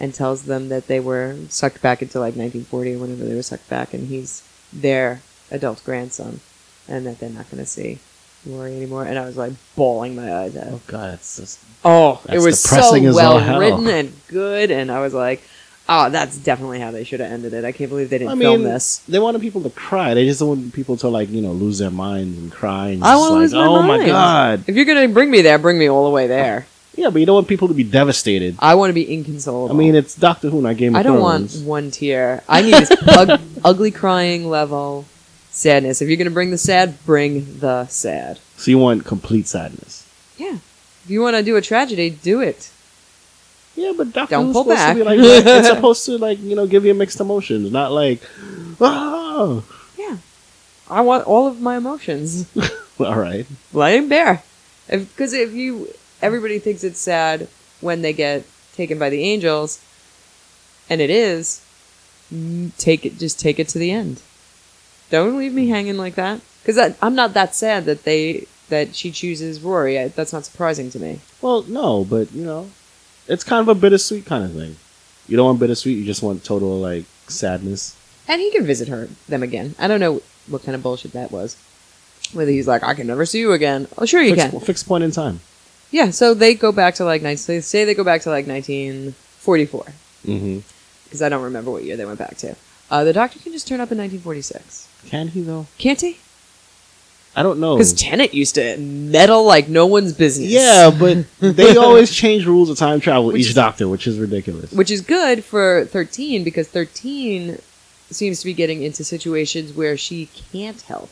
Speaker 1: and tells them that they were sucked back into like 1940 or whenever they were sucked back, and he's their adult grandson, and that they're not going to see. Rory anymore, and I was like bawling my eyes out.
Speaker 2: oh god, it's just
Speaker 1: Oh, it
Speaker 2: That's
Speaker 1: was so
Speaker 2: depressing as all
Speaker 1: well
Speaker 2: hell.
Speaker 1: written and good, and I was like, "Oh, that's definitely how they should have ended it." I can't believe they didn't
Speaker 2: I
Speaker 1: film
Speaker 2: mean,
Speaker 1: this.
Speaker 2: they wanted people to cry. They just don't want people to like you know lose their minds and cry. And
Speaker 1: I
Speaker 2: just
Speaker 1: wanna
Speaker 2: like,
Speaker 1: lose my
Speaker 2: Oh my
Speaker 1: mind."
Speaker 2: god.
Speaker 1: If you're gonna bring me there, bring me all the way there.
Speaker 2: Yeah, but you don't want people to be devastated.
Speaker 1: I want to be inconsolable.
Speaker 2: I mean, it's Doctor Who, not Game of
Speaker 1: I don't want
Speaker 2: Thrones.
Speaker 1: one tear. I need
Speaker 2: [LAUGHS]
Speaker 1: this ug- ugly crying level sadness. If you're gonna bring the sad, bring the sad.
Speaker 2: So you want complete sadness.
Speaker 1: Yeah. If you want to do a tragedy, do it.
Speaker 2: Yeah, but Doctor
Speaker 1: Don't
Speaker 2: Who's
Speaker 1: pull
Speaker 2: supposed to be
Speaker 1: back.
Speaker 2: like
Speaker 1: [LAUGHS]
Speaker 2: that. it's supposed to like you know give you mixed emotions, not like oh,
Speaker 1: Yeah. I want all of my emotions.
Speaker 2: [LAUGHS] all right.
Speaker 1: lying bare. Because if, you, everybody thinks it's sad when they get taken by the angels, and it is. mm, Take it, just take it to the end. Don't leave me hanging like that. Because I'm not that sad that they that she chooses Rory. I, that's not surprising to me.
Speaker 2: Well, no, but you know, it's kind of a bittersweet kind of thing. You don't want bittersweet. You just want total like sadness.
Speaker 1: And he can visit her them again. I don't know what kind of bullshit that was. Whether he's like, I can never see you again. Oh, sure you
Speaker 2: Fixed,
Speaker 1: can.
Speaker 2: fixed point in time.
Speaker 1: Yeah. So they go back to like 19. Say say they go back to like 1944.
Speaker 2: Mm-hmm.
Speaker 1: because I don't remember what year they went back to. Uh, the Doctor can just turn up in 1946,
Speaker 2: Can he though?
Speaker 1: can't he?
Speaker 2: I don't know.
Speaker 1: Because Tennant used to meddle like no one's business.
Speaker 2: Yeah,
Speaker 1: [LAUGHS]
Speaker 2: but they always change rules of time travel
Speaker 1: Which
Speaker 2: each
Speaker 1: is-
Speaker 2: Doctor, which is ridiculous.
Speaker 1: which is good for 13 because 13 seems to be getting into situations where she can't help,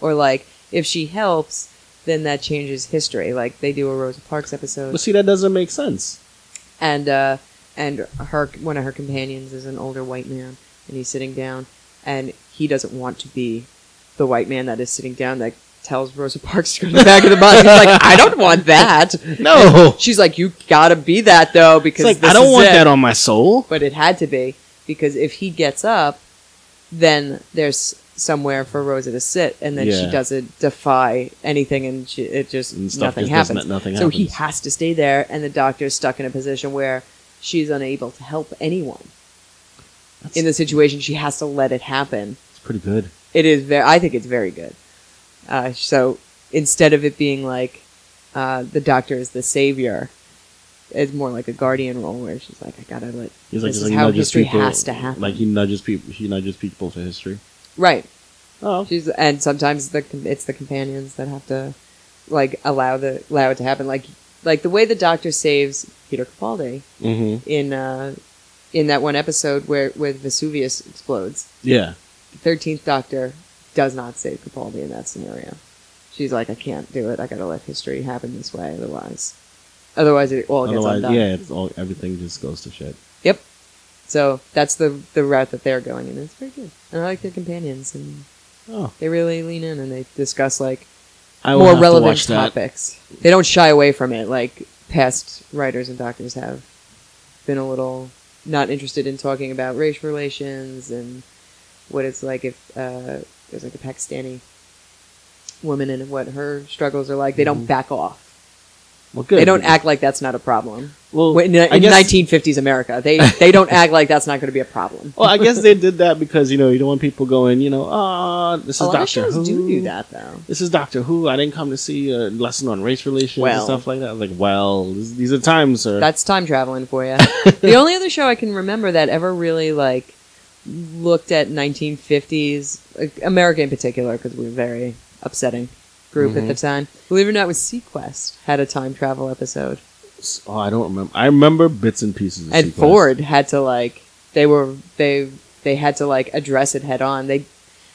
Speaker 1: or like if she helps, then that changes history. Like they do a Rosa Parks episode,
Speaker 2: But see, that doesn't make sense.
Speaker 1: and uh, and her one of her companions is an older white man, and he's sitting down, and he doesn't want to be the white man that is sitting down that tells Rosa Parks to go to the back of the bus. He's like, I don't want that.
Speaker 2: No,
Speaker 1: She's like, you gotta be that though,
Speaker 2: it's
Speaker 1: because
Speaker 2: like
Speaker 1: this
Speaker 2: I don't
Speaker 1: is
Speaker 2: want
Speaker 1: it."
Speaker 2: that on my soul.
Speaker 1: But it had to be because if he gets up, then there's somewhere for Rosa to sit, and then she
Speaker 2: Yeah.
Speaker 1: doesn't defy anything, and she, it just
Speaker 2: And stuff
Speaker 1: nothing
Speaker 2: just does
Speaker 1: happens.
Speaker 2: no- nothing
Speaker 1: so he
Speaker 2: happens.
Speaker 1: has to stay there, and the doctor's stuck in a position where she's unable to help anyone.
Speaker 2: That's-
Speaker 1: In the situation, she has to let it happen.
Speaker 2: It's pretty good.
Speaker 1: It is very. I think it's very good. Uh, so instead of it being like uh, the doctor is the savior, it's more like a guardian role where she's like, I gotta let.
Speaker 2: He's like,
Speaker 1: This
Speaker 2: just
Speaker 1: is
Speaker 2: like
Speaker 1: how
Speaker 2: nudges
Speaker 1: history
Speaker 2: people,
Speaker 1: has to happen.
Speaker 2: Like he nudges people. He nudges people for history.
Speaker 1: Right.
Speaker 2: Oh,
Speaker 1: She's and sometimes the it's the companions that have to like allow the allow it to happen. Like like the way the doctor saves Peter Capaldi
Speaker 2: mm-hmm.
Speaker 1: in uh, in that one episode where with Vesuvius explodes.
Speaker 2: yeah.
Speaker 1: The Thirteenth Doctor does not save Capaldi in that scenario. She's like, I can't do it. I gotta let history happen this way, otherwise, otherwise it all gets
Speaker 2: Otherwise,
Speaker 1: undone.
Speaker 2: yeah, it's all everything just goes to shit.
Speaker 1: Yep. So that's the the route that they're going, and it's very good. And I like their companions, and
Speaker 2: Oh,
Speaker 1: they really lean in and they discuss like
Speaker 2: I will
Speaker 1: more
Speaker 2: have to
Speaker 1: relevant
Speaker 2: watch that.
Speaker 1: topics. They don't shy away from it like past writers and doctors have been a little not interested in talking about race relations and what it's like if uh, there's like a Pakistani woman and what her struggles are like. They don't
Speaker 2: Mhm.
Speaker 1: back off.
Speaker 2: Well, good.
Speaker 1: They don't act like that's not a problem.
Speaker 2: well
Speaker 1: In,
Speaker 2: I
Speaker 1: in
Speaker 2: guess-
Speaker 1: 1950s America, they they don't
Speaker 2: [LAUGHS]
Speaker 1: act like that's not going to be a problem.
Speaker 2: Well, I guess they did that because you know you don't want people going, you know, ah, this is
Speaker 1: a lot
Speaker 2: Doctor
Speaker 1: of shows
Speaker 2: Who.
Speaker 1: do do that though.
Speaker 2: This is Doctor Who. I didn't come to see a lesson on race relations and
Speaker 1: Well.
Speaker 2: stuff like that. I was like, well, this, these are times, sir.
Speaker 1: That's time traveling for you. the only other show I can remember that ever really like looked at 1950s like, America in particular because we were very upsetting group at the time. Believe it or not, was Sequest had a time travel episode,
Speaker 2: oh, I don't remember. I remember bits and pieces. Of
Speaker 1: and
Speaker 2: Sequest.
Speaker 1: Ford had to like they were they they had to like address it head on. They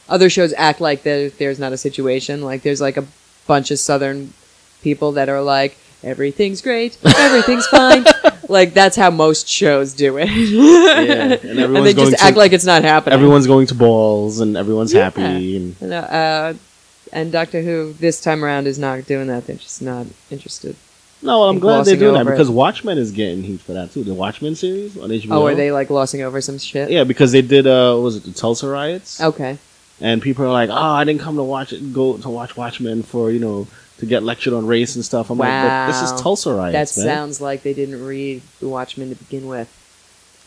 Speaker 1: other shows act like there, there's not a situation. Like there's like a bunch of Southern people that are like. Everything's great. Everything's fine. [LAUGHS] like that's how most shows do it. [LAUGHS]
Speaker 2: and
Speaker 1: and,
Speaker 2: everyone's
Speaker 1: they
Speaker 2: going
Speaker 1: just act
Speaker 2: to-
Speaker 1: like it's not happening.
Speaker 2: Everyone's going to balls and everyone's
Speaker 1: Yeah.
Speaker 2: happy. And
Speaker 1: And, uh, uh, and Doctor Who this time around is not doing that. They're just not interested.
Speaker 2: no, well, I'm
Speaker 1: And
Speaker 2: glad they're
Speaker 1: glossing
Speaker 2: doing that
Speaker 1: over it.
Speaker 2: because Watchmen is getting heat for that too. The Watchmen series on HBO.
Speaker 1: Oh, are they like glossing over some shit?
Speaker 2: Yeah, because they did. Uh, what was it the Tulsa riots?
Speaker 1: Okay.
Speaker 2: and people are like, "Oh, I didn't come to watch it, go to watch Watchmen for you know to get lectured on race and stuff." I'm like, "But "This
Speaker 1: Wow.
Speaker 2: is Tulsa
Speaker 1: That
Speaker 2: riots, man."
Speaker 1: sounds like they didn't read The Watchmen to begin with.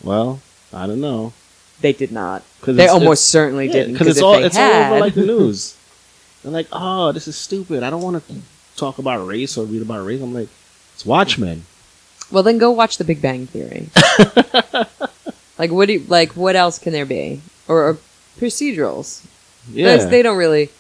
Speaker 2: well, I don't know
Speaker 1: They did not.
Speaker 2: because
Speaker 1: They almost certainly didn't.
Speaker 2: because it's
Speaker 1: if
Speaker 2: all
Speaker 1: they
Speaker 2: it's all
Speaker 1: had-
Speaker 2: over like
Speaker 1: [LAUGHS]
Speaker 2: the news. They're like, "Oh, this is stupid. I don't want to talk about race or read about race." I'm like, "It's Watchmen."
Speaker 1: Well, then go watch The Big Bang Theory.
Speaker 2: [LAUGHS]
Speaker 1: like what? Do you, like what else can there be? Or, or procedurals?
Speaker 2: Yeah,
Speaker 1: Those- They don't really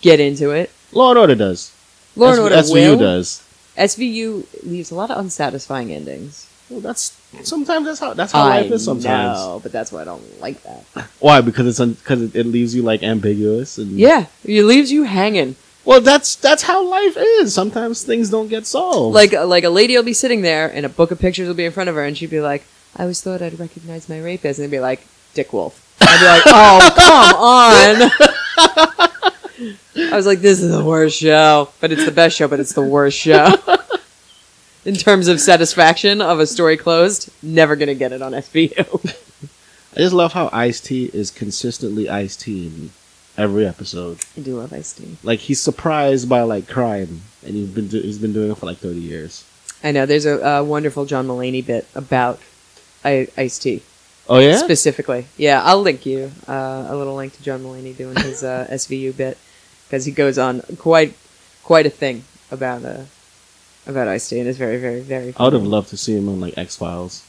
Speaker 1: get into it.
Speaker 2: Law and Order does.
Speaker 1: Law and
Speaker 2: S-
Speaker 1: Order
Speaker 2: SVU
Speaker 1: will.
Speaker 2: does.
Speaker 1: SVU leaves a lot of unsatisfying endings.
Speaker 2: Well, that's sometimes that's how that's how life is sometimes. Mm.
Speaker 1: know, but that's why I don't like that.
Speaker 2: Why? Because it's because it, it leaves you like ambiguous and
Speaker 1: Yeah, it leaves you hanging.
Speaker 2: Well, that's that's how life is. Sometimes things don't get solved.
Speaker 1: Like like a lady will be sitting there, and a book of pictures will be in front of her, and she'd be like, "I always thought I'd recognize my rapist," and they'd be like, "Dick Wolf." I'd be [LAUGHS] like, "Oh come on." I was like, "This is the worst show," but it's the best show, but it's the worst [LAUGHS] show. In terms of satisfaction of a story closed, never gonna get it on SVU.
Speaker 2: I just love how Ice T is consistently Ice T in every episode.
Speaker 1: I do love Ice Tea.
Speaker 2: Like he's surprised by like crime, and he's been do- he's been doing it for like thirty years.
Speaker 1: I know there's a, uh wonderful John Mulaney bit about I- Ice Tea.
Speaker 2: Oh yeah,
Speaker 1: specifically. Yeah, I'll link you uh, a little link to John Mulaney doing his uh, SVU bit because he goes on quite quite a thing about uh, about Ice T and it's very very very.
Speaker 2: I would have loved to see him on like X Files.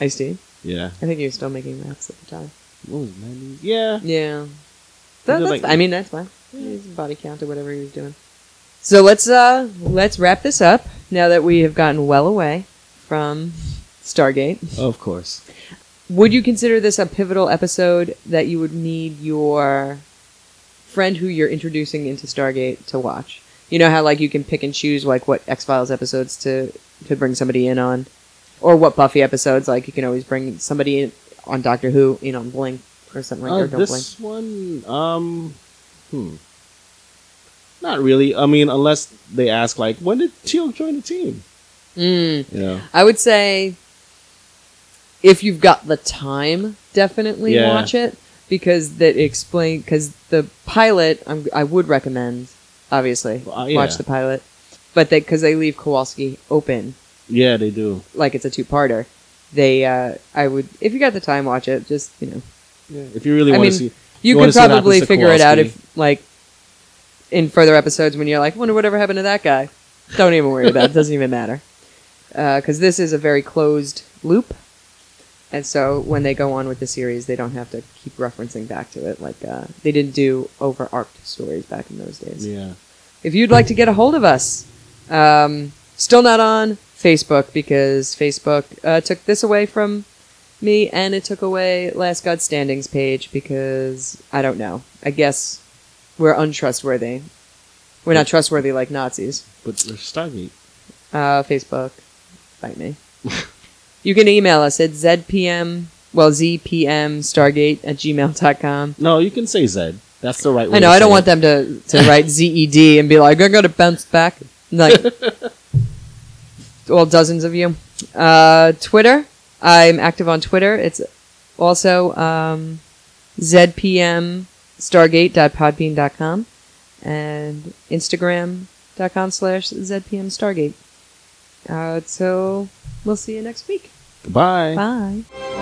Speaker 1: Ice T.
Speaker 2: Yeah,
Speaker 1: I think you're still making maps at the time.
Speaker 2: what was nineties? Yeah,
Speaker 1: Yeah.
Speaker 2: He
Speaker 1: That,
Speaker 2: did,
Speaker 1: that's,
Speaker 2: like-
Speaker 1: I mean that's fine. His body count or whatever he was doing. So let's uh let's wrap this up now that we have gotten well away from Stargate. [LAUGHS]
Speaker 2: of course.
Speaker 1: Would you consider this a pivotal episode that you would need your friend who you're introducing into Stargate to watch? You know how like you can pick and choose like what X Files episodes to to bring somebody in on, or what Buffy episodes. Like you can always bring somebody in on Doctor Who, in on Blink or something like
Speaker 2: Uh,
Speaker 1: that. Or don't Blink.
Speaker 2: this one, um, hmm, not really. I mean, unless they ask like, when did Teal join the team?
Speaker 1: Mm.
Speaker 2: You know,
Speaker 1: I would say if you've got the time, definitely
Speaker 2: Yeah.
Speaker 1: watch it. because that explain because the pilot I'm, I would recommend obviously
Speaker 2: Well, uh, yeah.
Speaker 1: watch the pilot, but that because they leave Kowalski open
Speaker 2: Yeah, they do.
Speaker 1: like it's a two parter. They uh, I would if you got the time watch it just you know
Speaker 2: Yeah. If you really
Speaker 1: I
Speaker 2: want
Speaker 1: mean,
Speaker 2: to see, You
Speaker 1: you,
Speaker 2: wanna
Speaker 1: could
Speaker 2: see what
Speaker 1: probably
Speaker 2: happens to
Speaker 1: figure it out
Speaker 2: Kowalski.
Speaker 1: if like in further episodes when you're like wonder whatever happened to that guy. Don't even worry about it. Doesn't even matter because this is a very closed loop, and so when they go on with the series, they don't have to keep referencing back to it like uh, they didn't do over arced stories back in those days.
Speaker 2: yeah,
Speaker 1: If you'd like to get a hold of us, um, still not on Facebook because Facebook uh, took this away from me and it took away Last God Standing's page because I don't know. I guess we're untrustworthy. We're not trustworthy like Nazis.
Speaker 2: but Stargate.
Speaker 1: Uh, Facebook, bite me. you can email us at zpm, well, zpmstargate at gmail.com.
Speaker 2: No, you can say Zed. That's the right way.
Speaker 1: I know.
Speaker 2: to
Speaker 1: I don't
Speaker 2: say
Speaker 1: want
Speaker 2: it.
Speaker 1: them to, to write ZED and be like, I'm going to bounce back. Like, well, dozens of you. Uh, Twitter. I'm active on Twitter. It's also um, zpmstargate.podbean.com and instagram.com slash zpmstargate. Uh, so we'll see you next week.
Speaker 2: Goodbye.
Speaker 1: Bye.